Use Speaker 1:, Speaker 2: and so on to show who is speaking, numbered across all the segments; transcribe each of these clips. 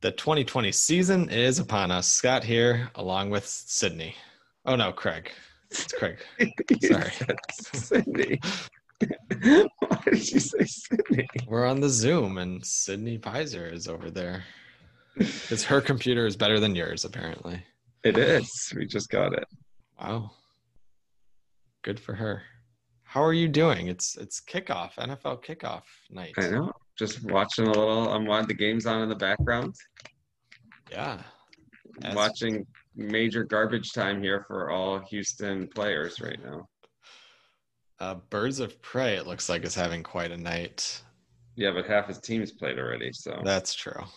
Speaker 1: The 2020 season is upon us. Scott here, along with Sydney. Oh no, Craig. It's Craig. Sorry.
Speaker 2: Sydney. Why did you say Sydney?
Speaker 1: We're on the Zoom, and Sydney Pizer is over there. Because her computer is better than yours, apparently.
Speaker 2: It is. We just got it.
Speaker 1: Wow. Good for her. How are you doing? It's it's kickoff, NFL kickoff night.
Speaker 2: I know. Just watching a little. I'm watching the games on in the background.
Speaker 1: Yeah. As-
Speaker 2: watching major garbage time here for all Houston players right now.
Speaker 1: Uh, Birds of Prey, it looks like, is having quite a night.
Speaker 2: Yeah, but half his team's played already. So
Speaker 1: That's true. but
Speaker 2: Oh.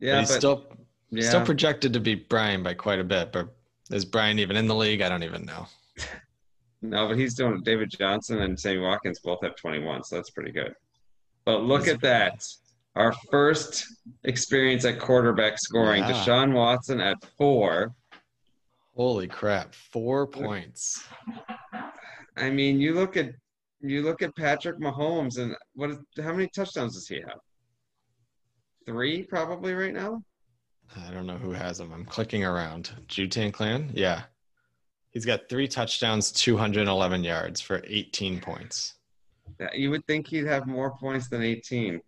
Speaker 2: yeah,
Speaker 1: he's
Speaker 2: but
Speaker 1: still
Speaker 2: yeah.
Speaker 1: still projected to beat Brian by quite a bit. But is Brian even in the league? I don't even know.
Speaker 2: No, but he's doing David Johnson and Sammy Watkins both have 21, so that's pretty good. But look
Speaker 1: That's
Speaker 2: at that. Our first experience at quarterback scoring.
Speaker 1: Yeah.
Speaker 2: Deshaun Watson at four.
Speaker 1: Holy crap! Four points.
Speaker 2: I mean, you look at you look at Patrick Mahomes and what is how many touchdowns does he have? Three probably right now?
Speaker 1: I don't know who has him. I'm clicking around. Jutan Clan? Yeah. He's got three touchdowns, 211 yards for 18 points.
Speaker 2: Yeah, You would think he'd have more points than 18.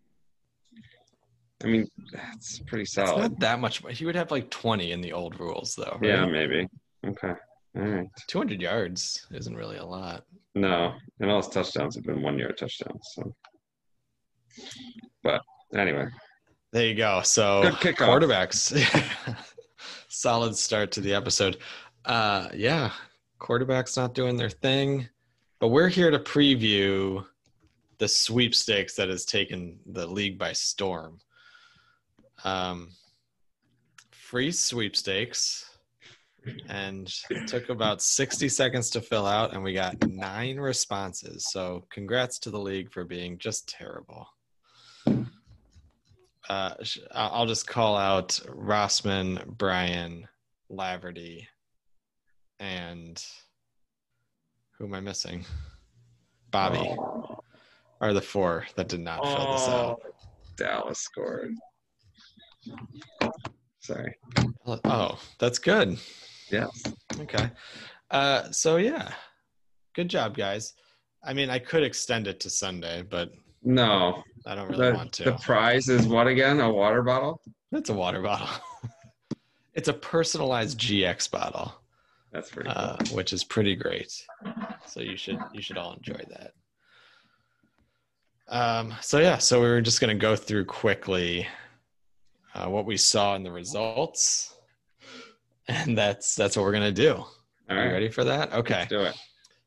Speaker 2: I mean, that's pretty
Speaker 1: It's
Speaker 2: solid.
Speaker 1: not that much. He would have like 20 in the old rules, though. right?
Speaker 2: Yeah, maybe. Okay. All right.
Speaker 1: 200 yards isn't really a lot.
Speaker 2: No, and all his touchdowns have been one yard touchdowns. So, but anyway,
Speaker 1: There you go. So
Speaker 2: Good kickoff.
Speaker 1: quarterbacks. Solid start to the episode. Uh yeah, quarterbacks not doing their thing, but we're here to preview the sweepstakes that has taken the league by storm. Um free sweepstakes and it took about 60 seconds to fill out and we got nine responses. So congrats to the league for being just terrible uh, sh- I- I'll just call out Rossman, Brian, Laverty, and who am I missing? Bobby
Speaker 2: Oh.
Speaker 1: are the four that did not fill this out.
Speaker 2: Oh. Dallas scored. Sorry.
Speaker 1: Oh, that's good.
Speaker 2: Yes.
Speaker 1: Okay. Uh, so yeah, good job, guys. I mean, I could extend it to Sunday, but
Speaker 2: No.
Speaker 1: I don't really
Speaker 2: The,
Speaker 1: want to.
Speaker 2: the prize is what again? A water bottle?
Speaker 1: That's a water bottle. it's a personalized GX bottle.
Speaker 2: That's pretty cool.
Speaker 1: uh, which is pretty great. So you should you should all enjoy that. Um, so yeah, so we were just going to go through quickly uh, what we saw in the results, and that's that's what we're going to do.
Speaker 2: All
Speaker 1: Are you
Speaker 2: right.
Speaker 1: ready for that? Okay.
Speaker 2: Let's do it.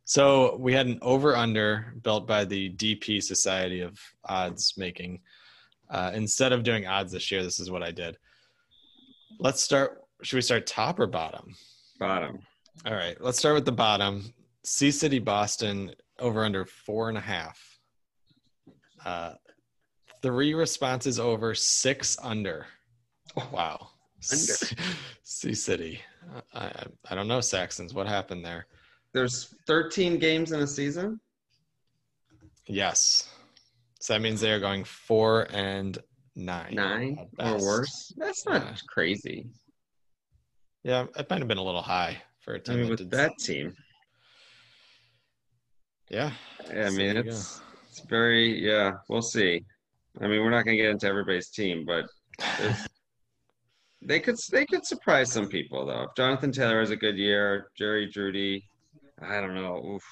Speaker 1: So we had an over under built by the DP Society of Odds Making. Uh, instead of doing odds this year, this is what I did. Let's start. Should we start top or bottom?
Speaker 2: Bottom.
Speaker 1: All right, let's start with the bottom. Sea City, Boston, over under four and a half. Uh, three responses over, six under. Wow.
Speaker 2: Under.
Speaker 1: Sea City. I, I, I don't know, Saxons. What happened there?
Speaker 2: There's 13 games in a season.
Speaker 1: Yes. So that means they are going four and nine.
Speaker 2: Nine
Speaker 1: at
Speaker 2: or
Speaker 1: best.
Speaker 2: worse. That's not
Speaker 1: Yeah.
Speaker 2: crazy.
Speaker 1: Yeah, it might have been a little high for a
Speaker 2: I
Speaker 1: team.
Speaker 2: mean,
Speaker 1: that
Speaker 2: with
Speaker 1: did-
Speaker 2: that team,
Speaker 1: yeah.
Speaker 2: I
Speaker 1: So
Speaker 2: mean,
Speaker 1: there you
Speaker 2: it's it's very yeah. We'll see. I mean, we're not going to get into everybody's team, but There's- they could they could surprise some people though. If Jonathan Taylor has a good year, Jerry Judy, I don't know. Oof,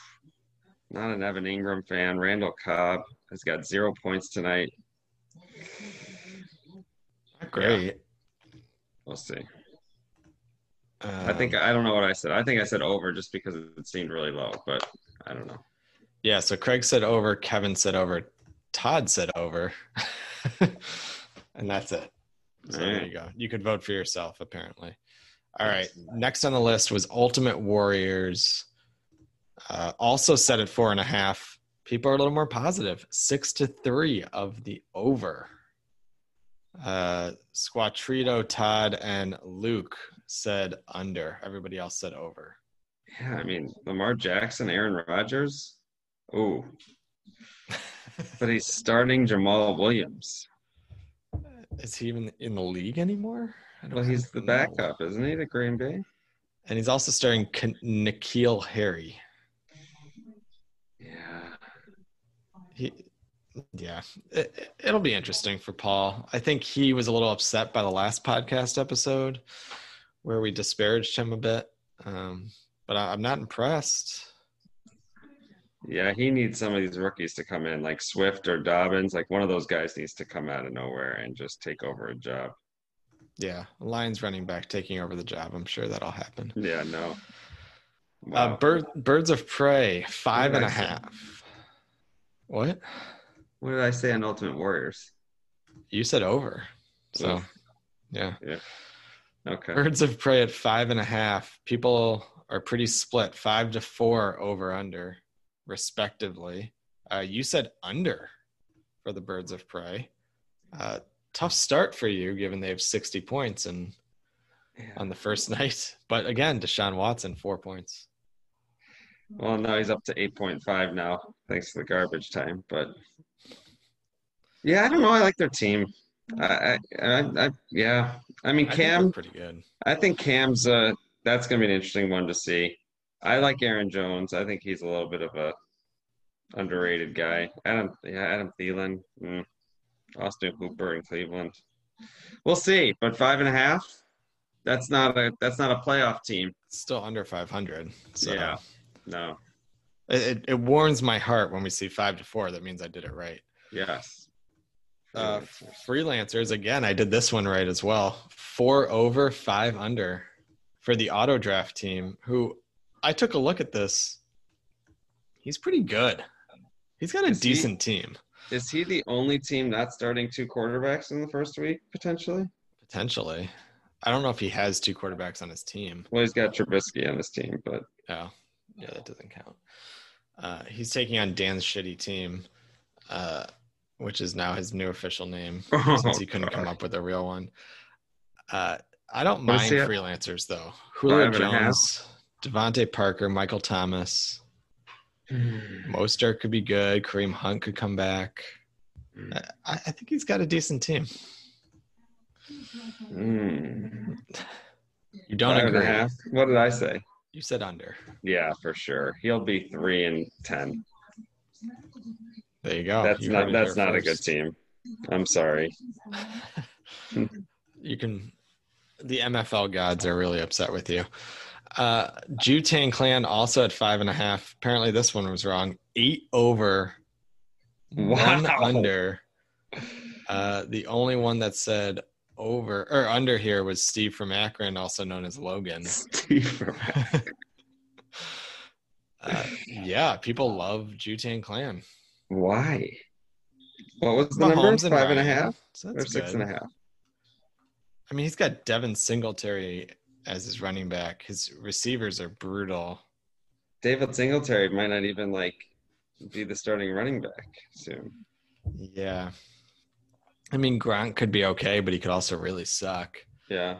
Speaker 2: not an Evan Ingram fan. Randall Cobb has got zero points tonight.
Speaker 1: Great.
Speaker 2: We'll see.
Speaker 1: Um,
Speaker 2: I think I don't know what I said. I think I said over just because it seemed really low, but I don't know.
Speaker 1: Yeah, so Craig said over, Kevin said over, Todd said over. and that's it. So there you go. You could vote for yourself, apparently. All right. Next on the list was Ultimate Warriors. Uh, also set at four and a half. People are a little more positive. Six to three of the over. Uh, Squattrito, Todd, and Luke said under. Everybody else said over.
Speaker 2: Yeah, I mean Lamar Jackson, Aaron Rodgers. Ooh, but he's starting Jamal Williams.
Speaker 1: Is he even in the league anymore? I don't
Speaker 2: Well, he's the
Speaker 1: know.
Speaker 2: backup, isn't he? The Green Bay.
Speaker 1: And he's also starring K- Nikhil Harry.
Speaker 2: Yeah.
Speaker 1: He, yeah, it, it'll be interesting for Paul. I think he was a little upset by the last podcast episode where we disparaged him a bit, um, but I, I'm not impressed.
Speaker 2: Yeah, he needs some of these rookies to come in, like Swift or Dobbins. Like one of those guys needs to come out of nowhere and just take over a job.
Speaker 1: Yeah, Lions running back taking over the job. I'm sure that'll happen.
Speaker 2: Yeah, no.
Speaker 1: Uh, bird, birds of prey, five
Speaker 2: What
Speaker 1: and
Speaker 2: did
Speaker 1: a
Speaker 2: I say?
Speaker 1: half. What
Speaker 2: What did I say on Ultimate Warriors?
Speaker 1: you said over? So, yeah.
Speaker 2: Okay.
Speaker 1: Birds of prey at five and a half. People are pretty split, five to four over under, respectively. Uh, you said under for the birds of prey. Uh, tough start for you, given they have 60 points and
Speaker 2: Yeah.
Speaker 1: on the first night. But again, Deshaun Watson four points.
Speaker 2: Well, no, he's up to 8.5 now, thanks to the garbage time. But yeah, I don't know. I like their team. I, I, I, I yeah. I mean,
Speaker 1: I think they're
Speaker 2: Cam.
Speaker 1: pretty good.
Speaker 2: I think Cam's uh that's gonna be an interesting one to see. I like Aaron Jones. I think he's a little bit of a underrated guy. Adam yeah, Adam Thielen, mm, Austin Hooper in Cleveland. We'll see. But five and a half, that's not a that's not a playoff team.
Speaker 1: Still under 500. So
Speaker 2: Yeah. No.
Speaker 1: it, it, it warms my heart when we see five to four. That means I did it right.
Speaker 2: Yes.
Speaker 1: Uh, freelancers again. I did this one right as well. Four over, five under, for the auto draft team. Who I took a look at this. He's pretty good. He's got a
Speaker 2: Is he?
Speaker 1: decent team
Speaker 2: Is he the only team not starting two quarterbacks in the first week potentially?
Speaker 1: potentially. I don't know if he has two quarterbacks on his team.
Speaker 2: Well, he's got Trubisky on his team, but
Speaker 1: Oh, yeah, that doesn't count. Uh, he's taking on Dan's shitty team, uh, which is now his new official name
Speaker 2: Oh,
Speaker 1: since he couldn't come up with a real one. Uh, I don't
Speaker 2: What is
Speaker 1: mind
Speaker 2: he at?
Speaker 1: freelancers though. Julio
Speaker 2: Five and a half?
Speaker 1: Jones, Devontae Parker, Michael Thomas,
Speaker 2: Hmm.
Speaker 1: Mostert could be good. Kareem Hunt could come back.
Speaker 2: Hmm.
Speaker 1: I, I think he's got a decent team.
Speaker 2: Mm.
Speaker 1: You don't
Speaker 2: Five and a
Speaker 1: agree?
Speaker 2: half. What did I say?
Speaker 1: You said under.
Speaker 2: Yeah, for sure. He'll be three and ten.
Speaker 1: There Oh, you go.
Speaker 2: that's
Speaker 1: You
Speaker 2: not
Speaker 1: heard it
Speaker 2: that's
Speaker 1: here
Speaker 2: not a good
Speaker 1: first.
Speaker 2: team. I'm sorry.
Speaker 1: you can the mfl gods are really upset with you uh jutang clan also at five and a half apparently this one was wrong eight over one
Speaker 2: Wow.
Speaker 1: under uh the only one that said over or under here was steve from akron also known as logan
Speaker 2: Steve Romack.
Speaker 1: uh, yeah people love jutang clan
Speaker 2: Why? What was the number?
Speaker 1: Mahomes and
Speaker 2: Five and a half
Speaker 1: Ryan, so
Speaker 2: or
Speaker 1: that's
Speaker 2: six
Speaker 1: good.
Speaker 2: and a half?
Speaker 1: I mean, he's got Devin Singletary as his running back. His receivers are brutal.
Speaker 2: David Singletary might not even like be the starting running back soon.
Speaker 1: Yeah. I mean, Gronk could be okay, but he could also really suck.
Speaker 2: Yeah.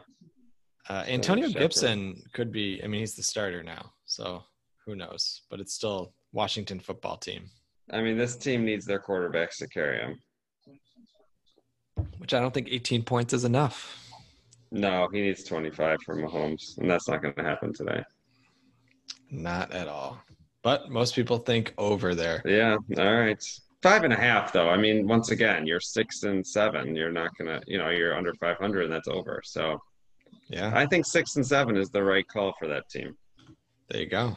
Speaker 1: Uh, Antonio
Speaker 2: Shepard.
Speaker 1: Gibson could be, I mean, he's the starter now. So who knows? But it's still Washington football team,
Speaker 2: I mean, this team needs their quarterbacks to carry him.
Speaker 1: which I don't think 18 points is enough.
Speaker 2: No, he needs 25 from Mahomes, and that's not going to happen today.
Speaker 1: Not at all. But most people think over there.
Speaker 2: Yeah, all right. Five and a half, though. I mean, once again, you're six and seven. You're not gonna, you know, you're under 500, and that's over. So
Speaker 1: Yeah.
Speaker 2: I think six and seven is the right call for that team.
Speaker 1: There you go.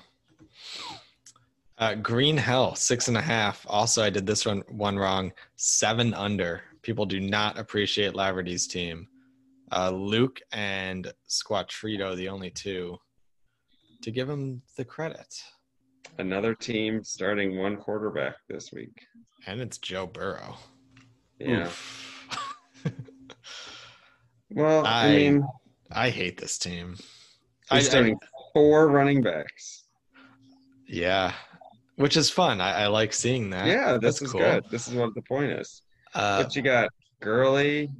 Speaker 1: Uh, Green Hell, six and a half. Also, I did this one one wrong. Seven under. People do not appreciate Laverty's team. Uh, Luke and Squattrito, the only two to give him the credit.
Speaker 2: Another team starting one quarterback this week.
Speaker 1: And it's Joe Burrow.
Speaker 2: Yeah.
Speaker 1: Oof.
Speaker 2: Well, I,
Speaker 1: I-
Speaker 2: mean,
Speaker 1: I hate this team.
Speaker 2: he's
Speaker 1: I- I,
Speaker 2: starting four running backs.
Speaker 1: yeah, which is fun. I, I like seeing that.
Speaker 2: yeah, this
Speaker 1: that's
Speaker 2: is
Speaker 1: cool.
Speaker 2: good. This is what the point is.
Speaker 1: Uh,
Speaker 2: What you got? Gurley,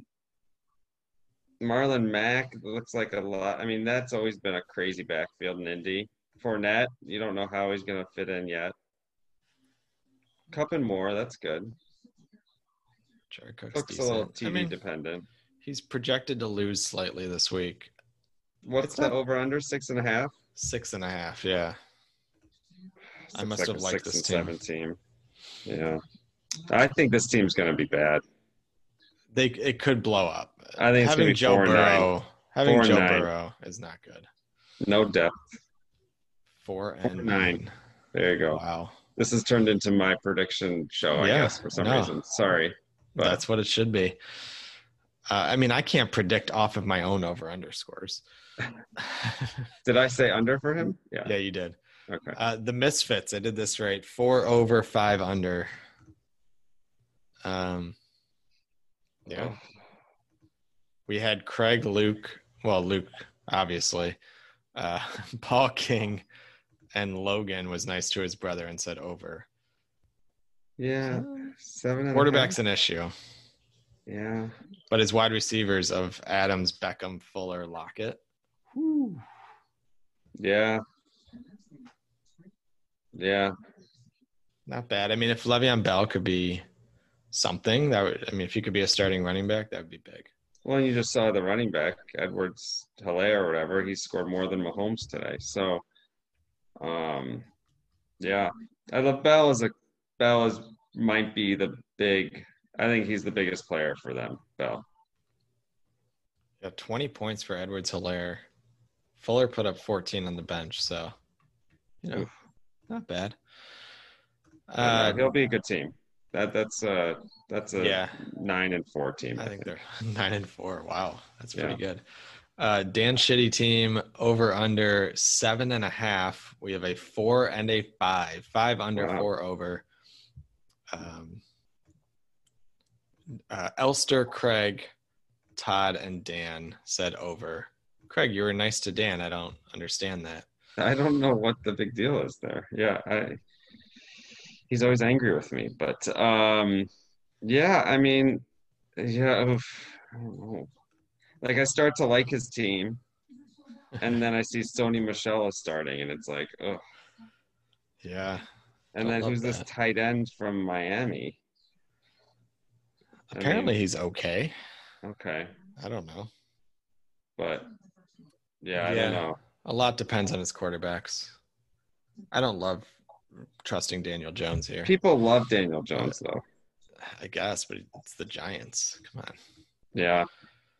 Speaker 2: Marlon Mack looks like a lot. I mean, that's always been a crazy backfield in Indy. Fournette, you don't know how he's going to fit in yet. Cup and more, that's good.
Speaker 1: Jared Cook's
Speaker 2: Cook's a little
Speaker 1: decent. I
Speaker 2: TV
Speaker 1: mean,
Speaker 2: dependent.
Speaker 1: He's projected to lose slightly this week.
Speaker 2: What's
Speaker 1: It's
Speaker 2: the
Speaker 1: not-
Speaker 2: over under? Six and a half?
Speaker 1: Six and a half. Yeah. I
Speaker 2: Looks
Speaker 1: must
Speaker 2: like
Speaker 1: have
Speaker 2: a
Speaker 1: liked
Speaker 2: six
Speaker 1: this
Speaker 2: and
Speaker 1: team.
Speaker 2: seven team. Yeah. I think this team's going to be bad.
Speaker 1: They it could blow up.
Speaker 2: I think it's
Speaker 1: having
Speaker 2: going to be
Speaker 1: Joe
Speaker 2: four and nine.
Speaker 1: Burrow, having
Speaker 2: Four and
Speaker 1: Joe
Speaker 2: nine.
Speaker 1: Burrow is not good.
Speaker 2: No depth.
Speaker 1: Four and
Speaker 2: and nine.
Speaker 1: nine.
Speaker 2: There you go.
Speaker 1: Wow,
Speaker 2: This has turned into my prediction show, I
Speaker 1: Yeah,
Speaker 2: guess, for some
Speaker 1: no.
Speaker 2: reason. Sorry. But
Speaker 1: that's what it should be. Uh, I mean, I can't predict off of my own over underscores.
Speaker 2: did I say under for him? Yeah.
Speaker 1: yeah, you did.
Speaker 2: Okay.
Speaker 1: Uh, the Misfits. I did this right. Four over, five under. Um, yeah. we had Craig Luke, well, Luke, obviously, uh, Paul King, and Logan was nice to his brother and said over.
Speaker 2: Yeah. Seven. and a
Speaker 1: Quarterback's
Speaker 2: half.
Speaker 1: an issue,
Speaker 2: Yeah.
Speaker 1: but his wide receivers of Adams, Beckham, Fuller, Lockett.
Speaker 2: Yeah. Yeah.
Speaker 1: Not bad. I mean, if Le'Veon Bell could be something, that would, I mean, if he could be a starting running back, that would be big.
Speaker 2: Well, you just saw the running back, Edwards Hilaire or whatever. He scored more than Mahomes today. So, um, yeah, I love Bell is a Bell is might be the big. I think he's the biggest player for them. Bell.
Speaker 1: Yeah, 20 points for Edwards Hilaire. Fuller put up 14 on the bench, so, you know, not bad.
Speaker 2: Uh,
Speaker 1: Uh,
Speaker 2: he'll be a good team. That that's a that's a
Speaker 1: yeah.
Speaker 2: nine and four team.
Speaker 1: I think they're nine and four. Wow, that's
Speaker 2: Yeah.
Speaker 1: pretty good. Uh, Dan Shitty team over under seven and a half. We have a four and a five, five under,
Speaker 2: Wow.
Speaker 1: four over. Um, uh, Elster, Craig, Todd, and Dan said over. Craig, you were nice to Dan. I don't understand that.
Speaker 2: I don't know what the big deal is there. Yeah, I he's always angry with me, but um yeah, I mean, yeah, oof, I don't know. like I start to like his team, and then I see Sony Michelle is starting, and it's like, oh,
Speaker 1: Yeah,
Speaker 2: and
Speaker 1: I
Speaker 2: then
Speaker 1: love
Speaker 2: who's this
Speaker 1: that.
Speaker 2: tight end from Miami? I mean,
Speaker 1: apparently he's okay.
Speaker 2: okay,
Speaker 1: I don't know.
Speaker 2: but yeah, I
Speaker 1: Yeah.
Speaker 2: don't know.
Speaker 1: A lot depends on his quarterbacks. I don't love trusting Daniel Jones here.
Speaker 2: People love Daniel Jones though.
Speaker 1: I guess, but it's the Giants. Come on.
Speaker 2: Yeah,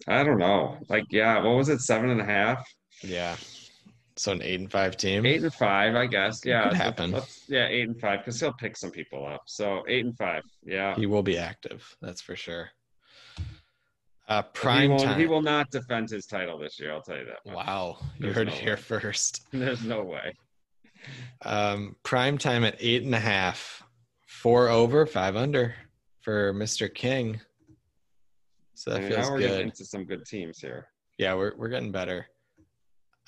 Speaker 2: I don't know. Like, yeah, what was it, seven and a half?
Speaker 1: Yeah. So an eight and five team.
Speaker 2: Eight and five, I guess. Yeah,
Speaker 1: Could happen.
Speaker 2: Let's- yeah, eight and five, because he'll pick some people up. So eight and five. Yeah,
Speaker 1: He will be active. That's for sure. Uh,
Speaker 2: But
Speaker 1: prime
Speaker 2: he, won't-
Speaker 1: time.
Speaker 2: he will not defend his title this year. I'll tell you that. much.
Speaker 1: Wow, you
Speaker 2: There's
Speaker 1: heard
Speaker 2: no
Speaker 1: it here
Speaker 2: way.
Speaker 1: first.
Speaker 2: There's no way.
Speaker 1: Um, prime time at eight and a half, four over, five under for Mr. King. So
Speaker 2: I
Speaker 1: that
Speaker 2: mean,
Speaker 1: feels
Speaker 2: now we're getting
Speaker 1: good.
Speaker 2: into some good teams here.
Speaker 1: Yeah, we're we're getting better.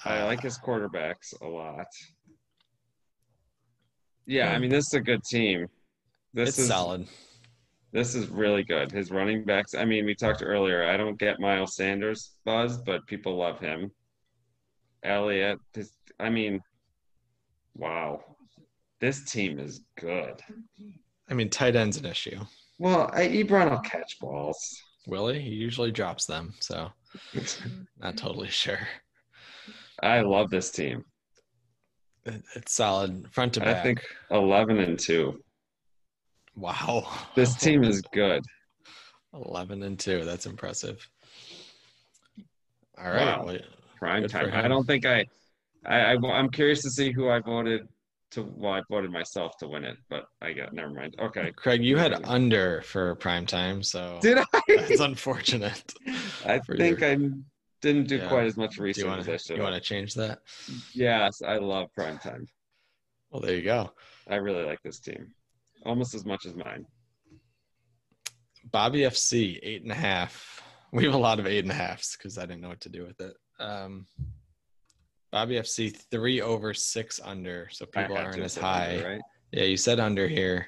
Speaker 2: I
Speaker 1: Uh,
Speaker 2: like his quarterbacks a lot. Yeah, I
Speaker 1: Hmm.
Speaker 2: mean, this is a good team. This
Speaker 1: it's
Speaker 2: is
Speaker 1: solid.
Speaker 2: This is really good. His running backs. I mean, we talked earlier. I don't get Miles Sanders buzz, but people love him. Elliott. This, I mean, wow. This team is good.
Speaker 1: I mean, tight end's an issue.
Speaker 2: Well, I, Ebron will catch balls.
Speaker 1: Willie, he usually drops them, so not totally sure.
Speaker 2: I love this team.
Speaker 1: It- It's solid front to
Speaker 2: I
Speaker 1: back.
Speaker 2: think eleven and two.
Speaker 1: Wow.
Speaker 2: This team is good.
Speaker 1: 11 and 2. That's impressive. All right.
Speaker 2: Wow.
Speaker 1: Well,
Speaker 2: Prime
Speaker 1: Good for
Speaker 2: time. I
Speaker 1: him.
Speaker 2: don't think I, I, I. am curious to see who I voted to. Well, I voted myself to win it, but I got. Never mind. Okay.
Speaker 1: Craig, you had under for prime time, so
Speaker 2: Did I?
Speaker 1: Oh. that's unfortunate.
Speaker 2: I
Speaker 1: for
Speaker 2: think
Speaker 1: your-
Speaker 2: I didn't do
Speaker 1: Yeah.
Speaker 2: quite as much
Speaker 1: do you
Speaker 2: research
Speaker 1: want
Speaker 2: as I
Speaker 1: to
Speaker 2: should
Speaker 1: you want
Speaker 2: have.
Speaker 1: to change that?
Speaker 2: Yes, I love prime time.
Speaker 1: Well, there you go.
Speaker 2: I really like this team, almost as much as mine.
Speaker 1: Bobby FC eight and a half. We have a lot of eight and a halves because I didn't know what to do with it. Um, Bobby FC three over six under, so
Speaker 2: I
Speaker 1: people
Speaker 2: had
Speaker 1: aren't
Speaker 2: to
Speaker 1: as
Speaker 2: put under,
Speaker 1: high.
Speaker 2: right?
Speaker 1: Yeah, you said under here.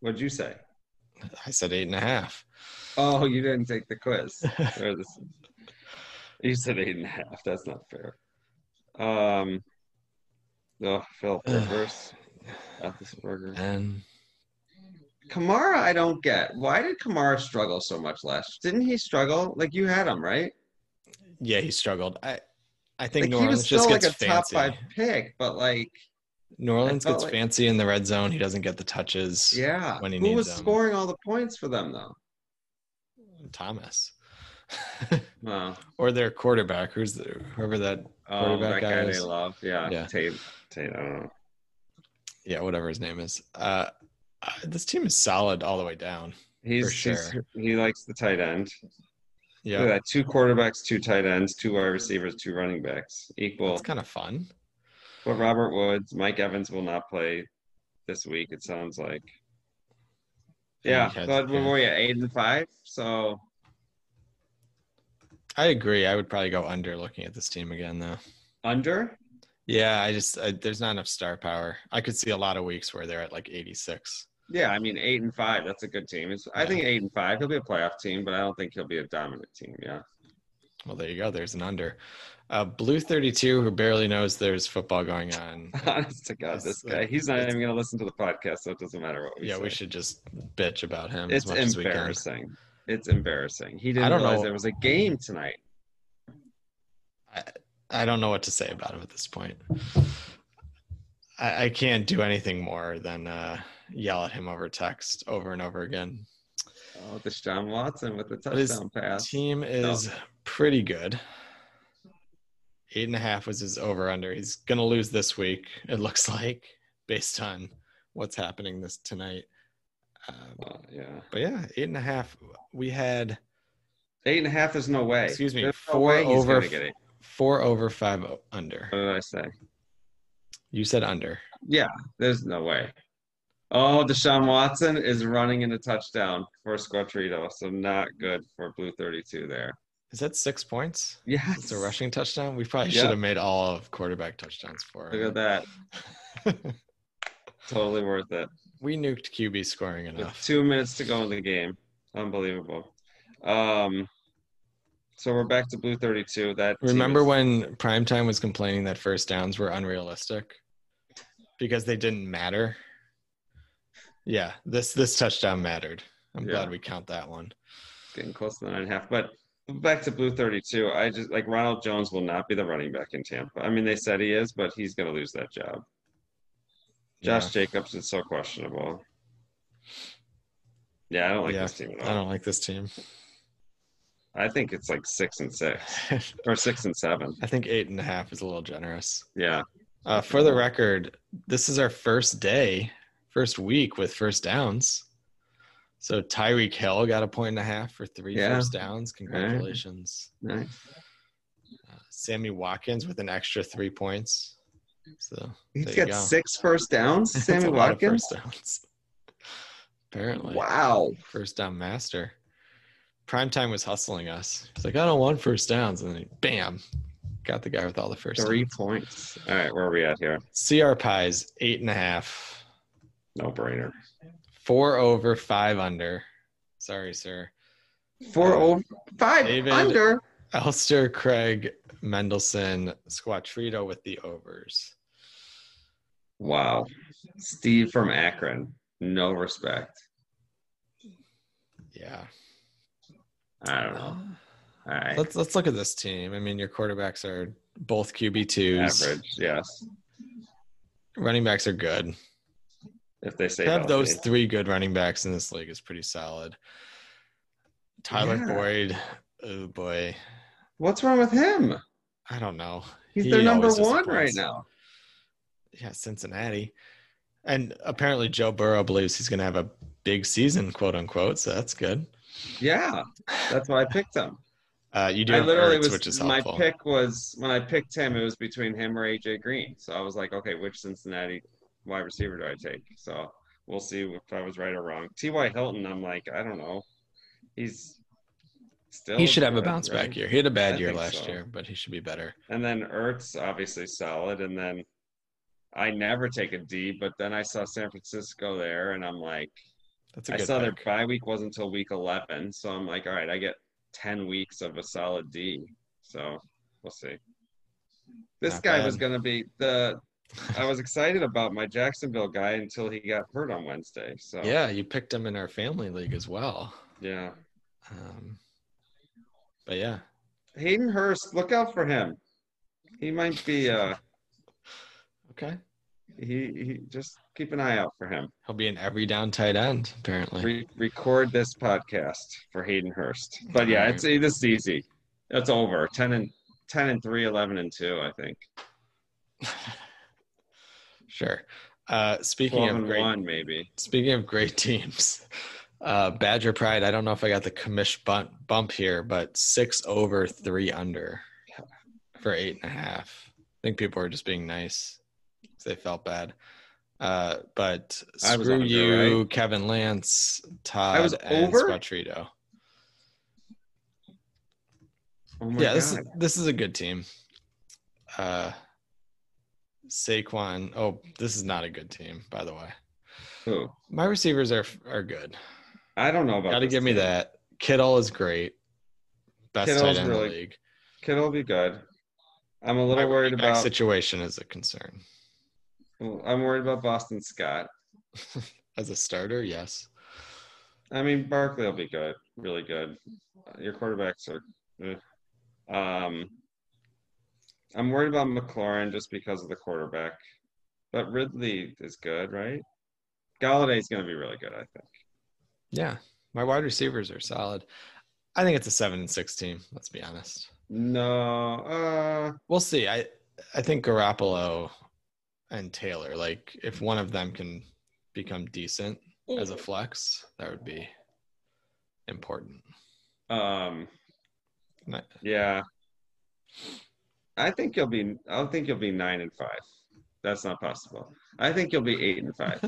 Speaker 2: What'd you say?
Speaker 1: I said eight and a half.
Speaker 2: Oh, you didn't take the quiz. Or this- you said eight and a half. That's not fair. Um. Uh, Oh, Phil Rivers, Roethlisberger.
Speaker 1: and
Speaker 2: Kamara, I don't get. Why did Kamara struggle so much last? Didn't he struggle? Like you had him, right?
Speaker 1: Yeah, he struggled. I I think
Speaker 2: Like
Speaker 1: New
Speaker 2: he was
Speaker 1: Orleans
Speaker 2: still
Speaker 1: just
Speaker 2: like
Speaker 1: gets
Speaker 2: a top
Speaker 1: fancy.
Speaker 2: five pick, but like,
Speaker 1: New Orleans
Speaker 2: felt
Speaker 1: gets
Speaker 2: like-
Speaker 1: fancy in the red zone. He doesn't get the touches.
Speaker 2: yeah,
Speaker 1: When he
Speaker 2: who
Speaker 1: needs
Speaker 2: was
Speaker 1: him.
Speaker 2: scoring all the points for them though?
Speaker 1: Thomas.
Speaker 2: Well,
Speaker 1: or their quarterback, who's the, whoever that
Speaker 2: oh,
Speaker 1: Quarterback
Speaker 2: that guy
Speaker 1: guy
Speaker 2: they
Speaker 1: is-
Speaker 2: love, yeah,
Speaker 1: yeah.
Speaker 2: Tate, Tate, I don't know.
Speaker 1: yeah, whatever his name is. Uh, uh, this team is solid all the way down.
Speaker 2: He's,
Speaker 1: For
Speaker 2: he's
Speaker 1: sure.
Speaker 2: he likes the tight end. Look at
Speaker 1: Yeah,
Speaker 2: that, two quarterbacks, two tight ends, two wide receivers, two running backs, equal.
Speaker 1: it's kind of fun.
Speaker 2: But Robert Woods, Mike Evans will not play this week. It sounds like. Yeah,
Speaker 1: Yeah.
Speaker 2: but we were yeah eight and five, so
Speaker 1: I agree. I would probably go under looking at this team again, though.
Speaker 2: under.
Speaker 1: Yeah, I just I, there's not enough star power. I could see a lot of weeks where they're at like 86.
Speaker 2: Yeah, I mean eight and five. That's a good team. It's, I
Speaker 1: Yeah.
Speaker 2: think eight and five. He'll be a playoff team, but I don't think he'll be a dominant team. Yeah.
Speaker 1: Well, there you go. There's an under. Uh, Blue 32, who barely knows there's football going on.
Speaker 2: Honest to God, this
Speaker 1: It's,
Speaker 2: guy.
Speaker 1: like,
Speaker 2: He's not
Speaker 1: it's-
Speaker 2: even going to listen to the podcast, so it doesn't matter what we
Speaker 1: Yeah,
Speaker 2: say.
Speaker 1: we should just bitch about him
Speaker 2: It's
Speaker 1: as much as we can.
Speaker 2: embarrassing. It's embarrassing. He didn't
Speaker 1: don't
Speaker 2: realize
Speaker 1: know.
Speaker 2: there was a game tonight.
Speaker 1: I don't know what to say about him at this point. I, I can't do anything more than uh, yell at him over text over and over again.
Speaker 2: Oh, Deshaun Watson with the
Speaker 1: But his
Speaker 2: touchdown pass.
Speaker 1: Team is pretty good. Eight and a half was his over under. He's gonna lose this week. It looks like based on what's happening this tonight. Um,
Speaker 2: Oh, yeah.
Speaker 1: but yeah, eight and a half. We had
Speaker 2: Eight and a half, there's no way.
Speaker 1: Excuse me,
Speaker 2: There's no
Speaker 1: four
Speaker 2: way he's
Speaker 1: over-
Speaker 2: gonna get it.
Speaker 1: four over, five o- under.
Speaker 2: What did I say?
Speaker 1: You said under.
Speaker 2: Yeah, there's no way. Oh, Deshaun Watson is running in a touchdown for Squatrito, so not good for Blue 32 there.
Speaker 1: Is that six points?
Speaker 2: Yes.
Speaker 1: It's a rushing touchdown. We probably
Speaker 2: Yeah.
Speaker 1: should have made all of quarterback touchdowns for
Speaker 2: Look
Speaker 1: him.
Speaker 2: at that. Totally worth it.
Speaker 1: we nuked QB scoring
Speaker 2: With
Speaker 1: enough.
Speaker 2: two minutes to go in the game. Unbelievable. Um, so we're back to Blue 32. That team
Speaker 1: Remember
Speaker 2: is-
Speaker 1: when Primetime was complaining that first downs were unrealistic because they didn't matter? Yeah, this this touchdown mattered. I'm
Speaker 2: Yeah.
Speaker 1: glad we count that one.
Speaker 2: getting close to the nine and a half. But back to blue 32, I just like Ronald Jones will not be the running back in Tampa. I mean, they said he is, but he's going to lose that job. Josh Jacobs is so questionable. Yeah, I don't like
Speaker 1: Yeah,
Speaker 2: this team at
Speaker 1: Yeah, I
Speaker 2: all.
Speaker 1: don't like this team.
Speaker 2: I, think it's like six and six
Speaker 1: I
Speaker 2: or six and seven.
Speaker 1: think eight and a half is a little generous.
Speaker 2: Yeah.
Speaker 1: Uh, for the record, this is our first day, first week with first downs. So Tyreek Hill got a point and a half for three first
Speaker 2: Yeah.
Speaker 1: downs. Congratulations.
Speaker 2: Nice.
Speaker 1: Uh, Sammy Watkins with an extra three points. So
Speaker 2: He's
Speaker 1: There you
Speaker 2: got
Speaker 1: go.
Speaker 2: six first downs,
Speaker 1: that's
Speaker 2: Sammy
Speaker 1: a lot of
Speaker 2: Watkins.
Speaker 1: first downs. Apparently,
Speaker 2: Wow.
Speaker 1: first down master. Primetime was hustling us. He's like, I don't want first downs, and then he, bam, got the guy with all the first.
Speaker 2: Three
Speaker 1: downs.
Speaker 2: points. All right, where are we at here?
Speaker 1: CR pies eight and a half.
Speaker 2: No brainer.
Speaker 1: Four over, five under. Sorry, sir.
Speaker 2: Four
Speaker 1: Uh,
Speaker 2: over five
Speaker 1: David-
Speaker 2: under.
Speaker 1: Elster, Craig, Mendelson, Squattrito with the overs.
Speaker 2: Wow. Steve from Akron. No respect.
Speaker 1: Yeah.
Speaker 2: I don't know. All right.
Speaker 1: Let's let's look at this team. I mean, your quarterbacks are both QB twos.
Speaker 2: Average, yes.
Speaker 1: Running backs are good.
Speaker 2: If they say
Speaker 1: To have
Speaker 2: healthy.
Speaker 1: those three good running backs in this league is pretty solid. Tyler
Speaker 2: Yeah.
Speaker 1: Boyd, oh boy,
Speaker 2: What's wrong with him?
Speaker 1: I don't know.
Speaker 2: He's
Speaker 1: He
Speaker 2: their number
Speaker 1: always
Speaker 2: one right
Speaker 1: disappoints.
Speaker 2: now.
Speaker 1: Yeah, Cincinnati, and apparently Joe Burrow believes he's going to have a big season, quote unquote. So that's good.
Speaker 2: Yeah, that's why I picked him.
Speaker 1: Uh, you do
Speaker 2: I
Speaker 1: have
Speaker 2: literally
Speaker 1: Ertz,
Speaker 2: was
Speaker 1: which is
Speaker 2: my
Speaker 1: helpful.
Speaker 2: pick was when I picked him. It was between him or AJ Green. So I was like, okay, which Cincinnati wide receiver do I take? So we'll see if I was right or wrong. T. Y. Hilton, I'm like, I don't know. He's still
Speaker 1: He should have a
Speaker 2: good,
Speaker 1: bounce
Speaker 2: right?
Speaker 1: back year. He had a bad
Speaker 2: I
Speaker 1: year
Speaker 2: think
Speaker 1: last
Speaker 2: so.
Speaker 1: year, but he should be better.
Speaker 2: And then Ertz, obviously solid. And then I never take a D, but then I saw San Francisco there, and I'm like,
Speaker 1: That's a
Speaker 2: I
Speaker 1: good
Speaker 2: saw their
Speaker 1: pick.
Speaker 2: bye week wasn't until week 11. So I'm like, all right, I get 10 weeks of a solid D. So we'll see. This
Speaker 1: Not
Speaker 2: guy
Speaker 1: bad.
Speaker 2: was going to be the I was excited about my Jacksonville guy until he got hurt on Wednesday. So
Speaker 1: Yeah, you picked him in our family league as well.
Speaker 2: yeah.
Speaker 1: Um, but yeah,
Speaker 2: Hayden Hurst, look out for him. He might be. uh
Speaker 1: okay.
Speaker 2: He, he just keep an eye out for him.
Speaker 1: He'll be an every down tight end, apparently.
Speaker 2: Re- record this podcast for Hayden Hurst. But yeah, it's this is easy. It's over. Ten and ten and three, 11 and two. I think.
Speaker 1: Sure. Uh, speaking
Speaker 2: Twelve
Speaker 1: of
Speaker 2: and
Speaker 1: great
Speaker 2: one, maybe.
Speaker 1: Speaking of great teams, uh, Badger Pride. I don't know if I got the commish bump, bump here, but six over, three under for eight and a half. I think people were just being nice. 'cause They felt bad. Uh, but
Speaker 2: I was
Speaker 1: screw
Speaker 2: under,
Speaker 1: you, Kevin Lance, Todd,
Speaker 2: was
Speaker 1: and
Speaker 2: over?
Speaker 1: Spatrito.
Speaker 2: Oh my
Speaker 1: yeah, this is,
Speaker 2: god.
Speaker 1: this is a good team. Uh, Saquon. Oh, this is not a good team, by the way.
Speaker 2: Who?
Speaker 1: My receivers are are good.
Speaker 2: I don't know about.
Speaker 1: Got to
Speaker 2: this
Speaker 1: give me
Speaker 2: team.
Speaker 1: that. Kittle is great. Best
Speaker 2: Kittle's
Speaker 1: tight end in
Speaker 2: really
Speaker 1: the league.
Speaker 2: Kittle will be good. I'm a
Speaker 1: My
Speaker 2: little worried
Speaker 1: running back
Speaker 2: about.
Speaker 1: situation is a concern.
Speaker 2: I'm worried about Boston Scott.
Speaker 1: As a starter, yes.
Speaker 2: I mean, Barkley will be good, really good. Your quarterbacks are. eh. Um, I'm worried about McLaurin just because of the quarterback, but Ridley is good, right? Galladay's going to be really good, I think.
Speaker 1: Yeah. My wide receivers are solid. I think it's a seven and six team, let's be honest.
Speaker 2: No, uh,
Speaker 1: We'll see. I I think Garoppolo and Taylor, like if one of them can become decent as a flex, that would be important.
Speaker 2: um,
Speaker 1: Ni-
Speaker 2: yeah. I think you'll be. I don't think you'll be nine and five. That's not possible. I think you'll be eight and five,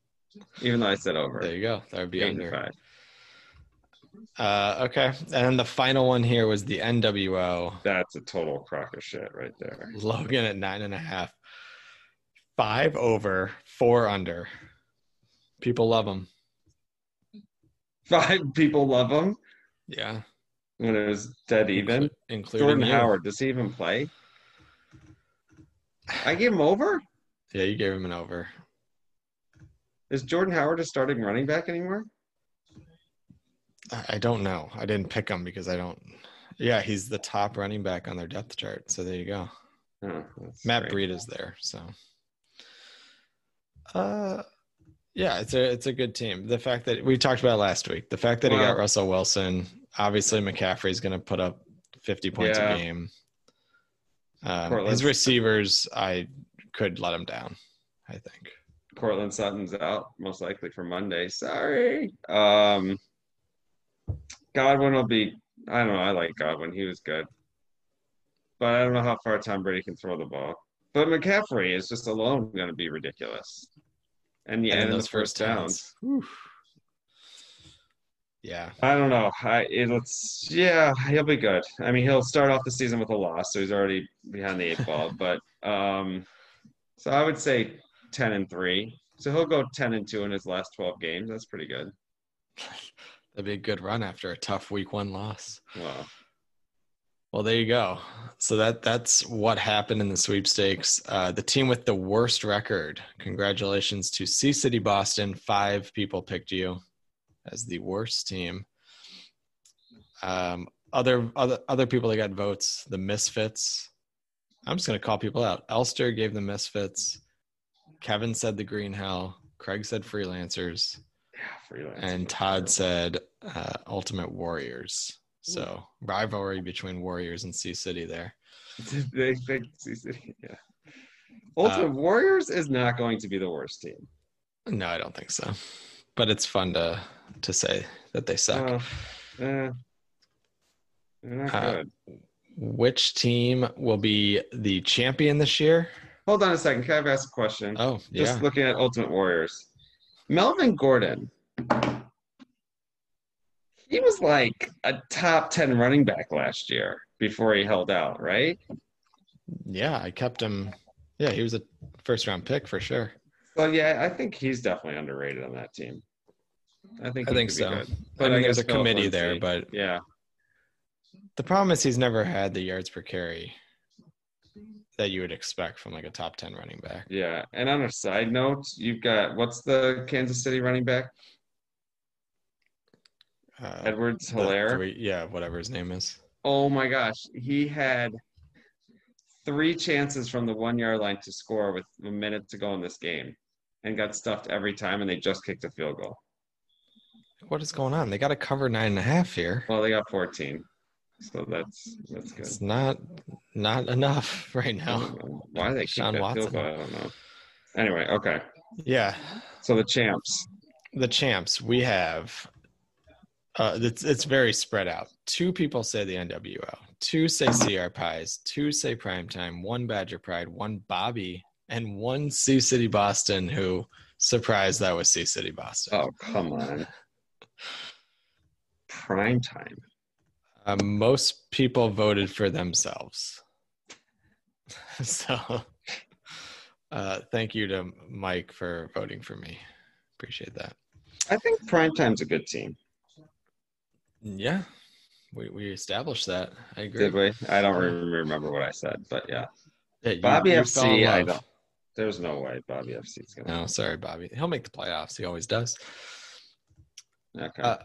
Speaker 2: even though I said over.
Speaker 1: There you go. That would be
Speaker 2: eight
Speaker 1: under.
Speaker 2: and five.
Speaker 1: Uh, okay. And then the final one here was the NWO.
Speaker 2: That's a total crock of shit right there.
Speaker 1: Logan at nine and a half. Five over, four under. People love him.
Speaker 2: Five people love him
Speaker 1: Yeah.
Speaker 2: when it was dead even.
Speaker 1: Inclu- including
Speaker 2: Jordan
Speaker 1: you.
Speaker 2: Howard, does he even play? I gave him over.
Speaker 1: Yeah, you gave him an over.
Speaker 2: Is Jordan Howard a starting running back anymore?
Speaker 1: I I don't know. I didn't pick him because I don't. Yeah, he's the top running back on their depth chart. So there you go.
Speaker 2: Oh, that's
Speaker 1: Matt
Speaker 2: great.
Speaker 1: Breed is there. So, uh, yeah, it's a it's a good team. The fact that we talked about it last week, the fact that he
Speaker 2: Well-
Speaker 1: got Russell Wilson, obviously McCaffrey's going to put up fifty points
Speaker 2: Yeah.
Speaker 1: a game. Um,
Speaker 2: Portland's-
Speaker 1: his receivers, I could let him down. I think.
Speaker 2: Cortland Sutton's out most likely for Monday. Sorry. Um, Godwin will be. I don't know. I like Godwin. He was good, but I don't know how far Tom Brady can throw the ball. But McCaffrey is just alone going to be ridiculous. And yeah,
Speaker 1: And
Speaker 2: and in the
Speaker 1: those
Speaker 2: first
Speaker 1: first
Speaker 2: downs.
Speaker 1: downs. Whew. Yeah,
Speaker 2: I don't know. I it's yeah, he'll be good. I mean, he'll start off the season with a loss, so he's already behind the eight ball. But um, so I would say ten and three. So he'll go ten and two in his last twelve games. That's pretty good.
Speaker 1: that'd be a good run after a tough week one loss.
Speaker 2: Wow.
Speaker 1: Well, there you go. So that that's what happened in the sweepstakes. Uh, the team with the worst record. Congratulations to C City Boston. Five people picked you as the worst team. Um, other other other people that got votes. The Misfits. I'm just gonna call people out. Elster gave the Misfits. Kevin said the Green Hell. Craig said Freelancers,
Speaker 2: Yeah, freelance.
Speaker 1: and Todd said uh, Ultimate Warriors. So rivalry between Warriors and C City there.
Speaker 2: they think yeah. Ultimate
Speaker 1: Uh,
Speaker 2: Warriors is not going to be the worst team.
Speaker 1: No, I don't think so. But it's fun to to say that they suck.
Speaker 2: Uh, uh, they're not
Speaker 1: Uh,
Speaker 2: good.
Speaker 1: Which team will be the champion this year?
Speaker 2: Hold on a second. Can I have asked a question?
Speaker 1: Oh,
Speaker 2: Just
Speaker 1: yeah.
Speaker 2: looking at Ultimate Warriors. Melvin Gordon. He was like a top 10 running back last year before he held out, right?
Speaker 1: Yeah, I kept him. Yeah, he was a first round pick for sure.
Speaker 2: So, yeah, I think he's definitely underrated on that team. I think,
Speaker 1: I
Speaker 2: he
Speaker 1: think
Speaker 2: could be
Speaker 1: so.
Speaker 2: good.
Speaker 1: I mean, there's
Speaker 2: guess
Speaker 1: a
Speaker 2: Philip
Speaker 1: committee there,
Speaker 2: Lindsay-
Speaker 1: but
Speaker 2: yeah,
Speaker 1: the problem is he's never had the yards per carry that you would expect from like a top 10 running back.
Speaker 2: Yeah. And on a side note, you've got what's the Kansas City running back?
Speaker 1: Uh,
Speaker 2: Edwards
Speaker 1: the
Speaker 2: Hilaire.
Speaker 1: three- yeah, whatever his name is.
Speaker 2: Oh my gosh. He had three chances from the one yard line to score with a minute to go in this game and got stuffed every time and they just kicked a field goal.
Speaker 1: What is going on? They got to cover nine and a half here.
Speaker 2: Well, they got 14. So that's that's Oh, good.
Speaker 1: It's not not enough right now.
Speaker 2: Why they kicked
Speaker 1: Sean
Speaker 2: that
Speaker 1: Watson.
Speaker 2: field goal? I don't know. Anyway, okay.
Speaker 1: Yeah,
Speaker 2: So the champs.
Speaker 1: the champs we have. Uh, it's it's very spread out. Two people say the NWO. Two say CR Pies. Two say Primetime. One Badger Pride. One Bobby. And one Sea City Boston. Who surprised that was Sea City Boston.
Speaker 2: Oh, come on. Prime time.
Speaker 1: Uh, most people voted for themselves. so uh, thank you to Mike for voting for me. Appreciate that.
Speaker 2: I think prime time's a good team.
Speaker 1: Yeah, we, we established that. I agree.
Speaker 2: Did we? I don't really remember what I said, but yeah.
Speaker 1: Yeah, you-
Speaker 2: Bobby
Speaker 1: you fell in
Speaker 2: FC, I
Speaker 1: love.
Speaker 2: don't. There's no way Bobby FC's gonna.
Speaker 1: No, sorry, Bobby. He'll make the playoffs. He always does.
Speaker 2: Okay.
Speaker 1: Uh,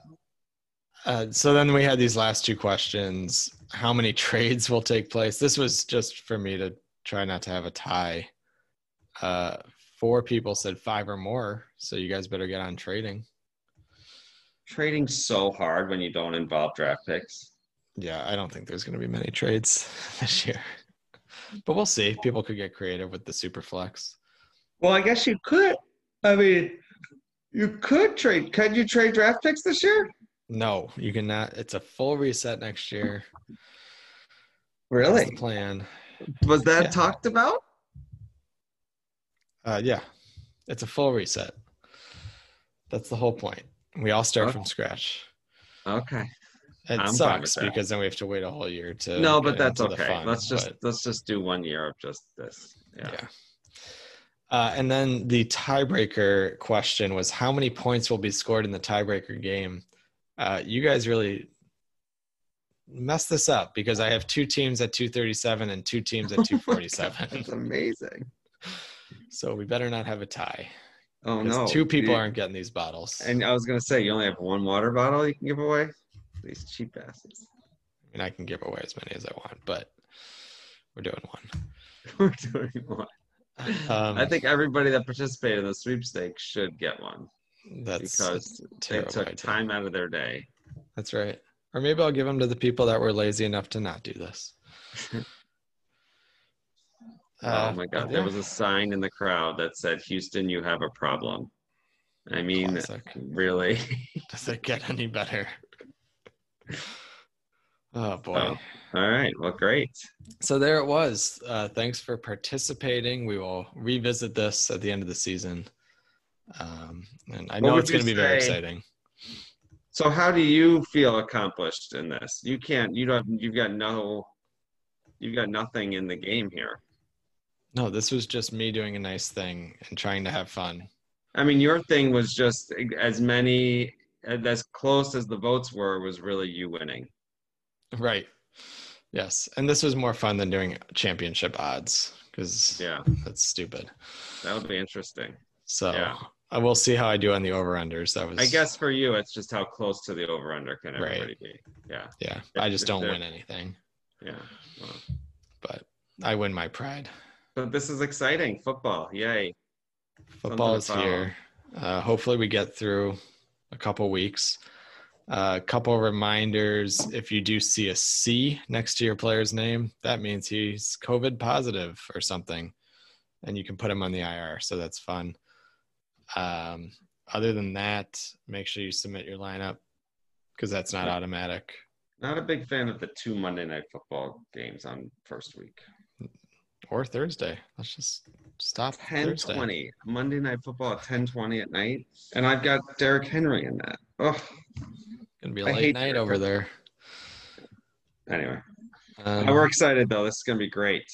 Speaker 1: Uh, so then we had these last two questions. How many trades will take place? This was just for me to try not to have a tie. Uh, four people said five or more. So you guys better get on trading.
Speaker 2: Trading so hard when you don't involve draft picks.
Speaker 1: Yeah, I don't think there's going to be many trades this year. But we'll see. People could get creative with the super flex.
Speaker 2: Well, I guess you could. I mean, you could trade. Could you trade draft picks this year?
Speaker 1: No, you cannot. It's a full reset next year. That's
Speaker 2: Really?
Speaker 1: the plan.
Speaker 2: Was that
Speaker 1: Yeah.
Speaker 2: talked about?
Speaker 1: Uh, yeah, it's a full reset. That's the whole point. We all start
Speaker 2: Okay.
Speaker 1: from scratch.
Speaker 2: Okay.
Speaker 1: It
Speaker 2: I'm fine with
Speaker 1: sucks
Speaker 2: that.
Speaker 1: because then we have to wait a whole year to.
Speaker 2: No,
Speaker 1: get
Speaker 2: but that's
Speaker 1: into the
Speaker 2: okay.
Speaker 1: fun,
Speaker 2: let's just
Speaker 1: but,
Speaker 2: let's just do one year of just this.
Speaker 1: yeah.
Speaker 2: Yeah.
Speaker 1: Uh, and then the tiebreaker question was how many points will be scored in the tiebreaker game? Uh, you guys really messed this up because I have two teams at 237 and two teams at 247.
Speaker 2: That's amazing.
Speaker 1: so we better not have a tie.
Speaker 2: Oh
Speaker 1: 'cause
Speaker 2: no.
Speaker 1: Two people
Speaker 2: You-
Speaker 1: aren't getting these bottles.
Speaker 2: And I was gonna say you only have one water bottle you can give away. These cheap asses.
Speaker 1: I mean, I can give away as many as I want, but we're doing one.
Speaker 2: We're doing one.
Speaker 1: Um,
Speaker 2: I think everybody that participated in the sweepstakes should get one
Speaker 1: that's
Speaker 2: because
Speaker 1: a
Speaker 2: they
Speaker 1: terrible
Speaker 2: took
Speaker 1: idea.
Speaker 2: time out of their day.
Speaker 1: That's right. Or maybe I'll give them to the people that were lazy enough to not do this. Uh,
Speaker 2: oh my God! There
Speaker 1: yeah,
Speaker 2: was a sign in the crowd that said, "Houston, you have a problem." I mean,
Speaker 1: classic.
Speaker 2: really?
Speaker 1: Does it get any better? Oh boy.
Speaker 2: Oh. All right. Well, great.
Speaker 1: So there it was. Uh, thanks for participating. We will revisit this at the end of the season. Um, and I
Speaker 2: What
Speaker 1: know
Speaker 2: would
Speaker 1: it's going to
Speaker 2: you
Speaker 1: be very
Speaker 2: say-
Speaker 1: exciting.
Speaker 2: So, how do you feel accomplished in this? You can't. You don't. You've got no. You've got nothing in the game here.
Speaker 1: No, this was just me doing a nice thing and trying to have fun.
Speaker 2: I mean, your thing was just as many, as close as the votes were, was really you winning.
Speaker 1: Right. Yes. And this was more fun than doing championship odds because
Speaker 2: Yeah,
Speaker 1: that's stupid.
Speaker 2: that would be interesting.
Speaker 1: So
Speaker 2: Yeah.
Speaker 1: I will see how I do on the over unders. That was,
Speaker 2: I guess for you, it's just how close to the over under can
Speaker 1: Right.
Speaker 2: everybody be. Yeah,
Speaker 1: Yeah.
Speaker 2: if-
Speaker 1: I just
Speaker 2: if
Speaker 1: don't
Speaker 2: they're-
Speaker 1: win anything,
Speaker 2: yeah. Well,
Speaker 1: but I win my pride.
Speaker 2: but this is exciting football. Yay!
Speaker 1: Football is
Speaker 2: Something to
Speaker 1: here. Uh, hopefully, we get through a couple weeks. A couple reminders if you do see a C next to your player's name, that means he's COVID positive or something, and you can put him on the IR. So that's fun. Um, other than that, make sure you submit your lineup because that's not automatic.
Speaker 2: Not a big fan of the two Monday night football games on first week.
Speaker 1: or Thursday. Let's just stop
Speaker 2: Ten
Speaker 1: Thursday.
Speaker 2: twenty Monday night football at ten twenty at night, and I've got Derrick Henry in that. Oh,
Speaker 1: Gonna be a
Speaker 2: I hate
Speaker 1: late night
Speaker 2: your-
Speaker 1: over there.
Speaker 2: anyway,
Speaker 1: Um,
Speaker 2: we're excited though. This is gonna be great.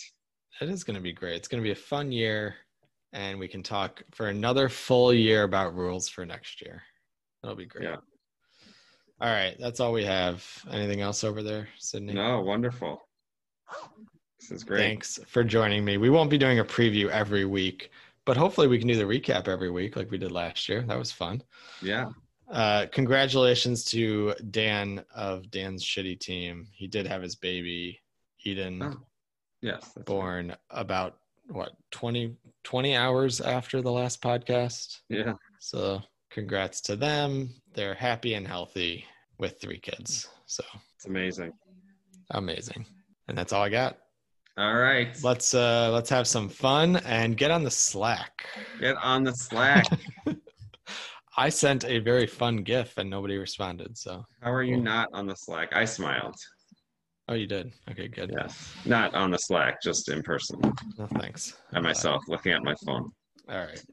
Speaker 1: It is gonna be great. It's gonna be a fun year, and we can talk for another full year about rules for next year. That'll be great.
Speaker 2: Yeah.
Speaker 1: All right, that's all we have. Anything else over there, Sydney?
Speaker 2: No, wonderful. This is great.
Speaker 1: Thanks for joining me. We won't be doing a preview every week, but hopefully we can do the recap every week like we did last year. That was fun.
Speaker 2: Yeah.
Speaker 1: Uh, congratulations to Dan of Dan's shitty team. He did have his baby, Eden,
Speaker 2: Oh, Yes. that's-
Speaker 1: born about what 20, 20 hours after the last podcast.
Speaker 2: Yeah.
Speaker 1: So congrats to them. They're happy and healthy with three kids. So
Speaker 2: It's amazing.
Speaker 1: amazing. And that's all I got.
Speaker 2: All right.
Speaker 1: Let's uh let's have some fun and get on the Slack.
Speaker 2: Get on the Slack.
Speaker 1: I sent a very fun GIF and nobody responded. So
Speaker 2: How are you
Speaker 1: Cool.
Speaker 2: not on the Slack? I smiled.
Speaker 1: oh, you did. Okay, good.
Speaker 2: Yes. Not on the Slack, just in person
Speaker 1: No thanks.
Speaker 2: by myself looking at my phone.
Speaker 1: All right,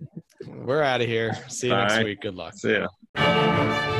Speaker 1: we're out of here. See you next
Speaker 2: Bye.
Speaker 1: week. Good luck.
Speaker 2: See ya.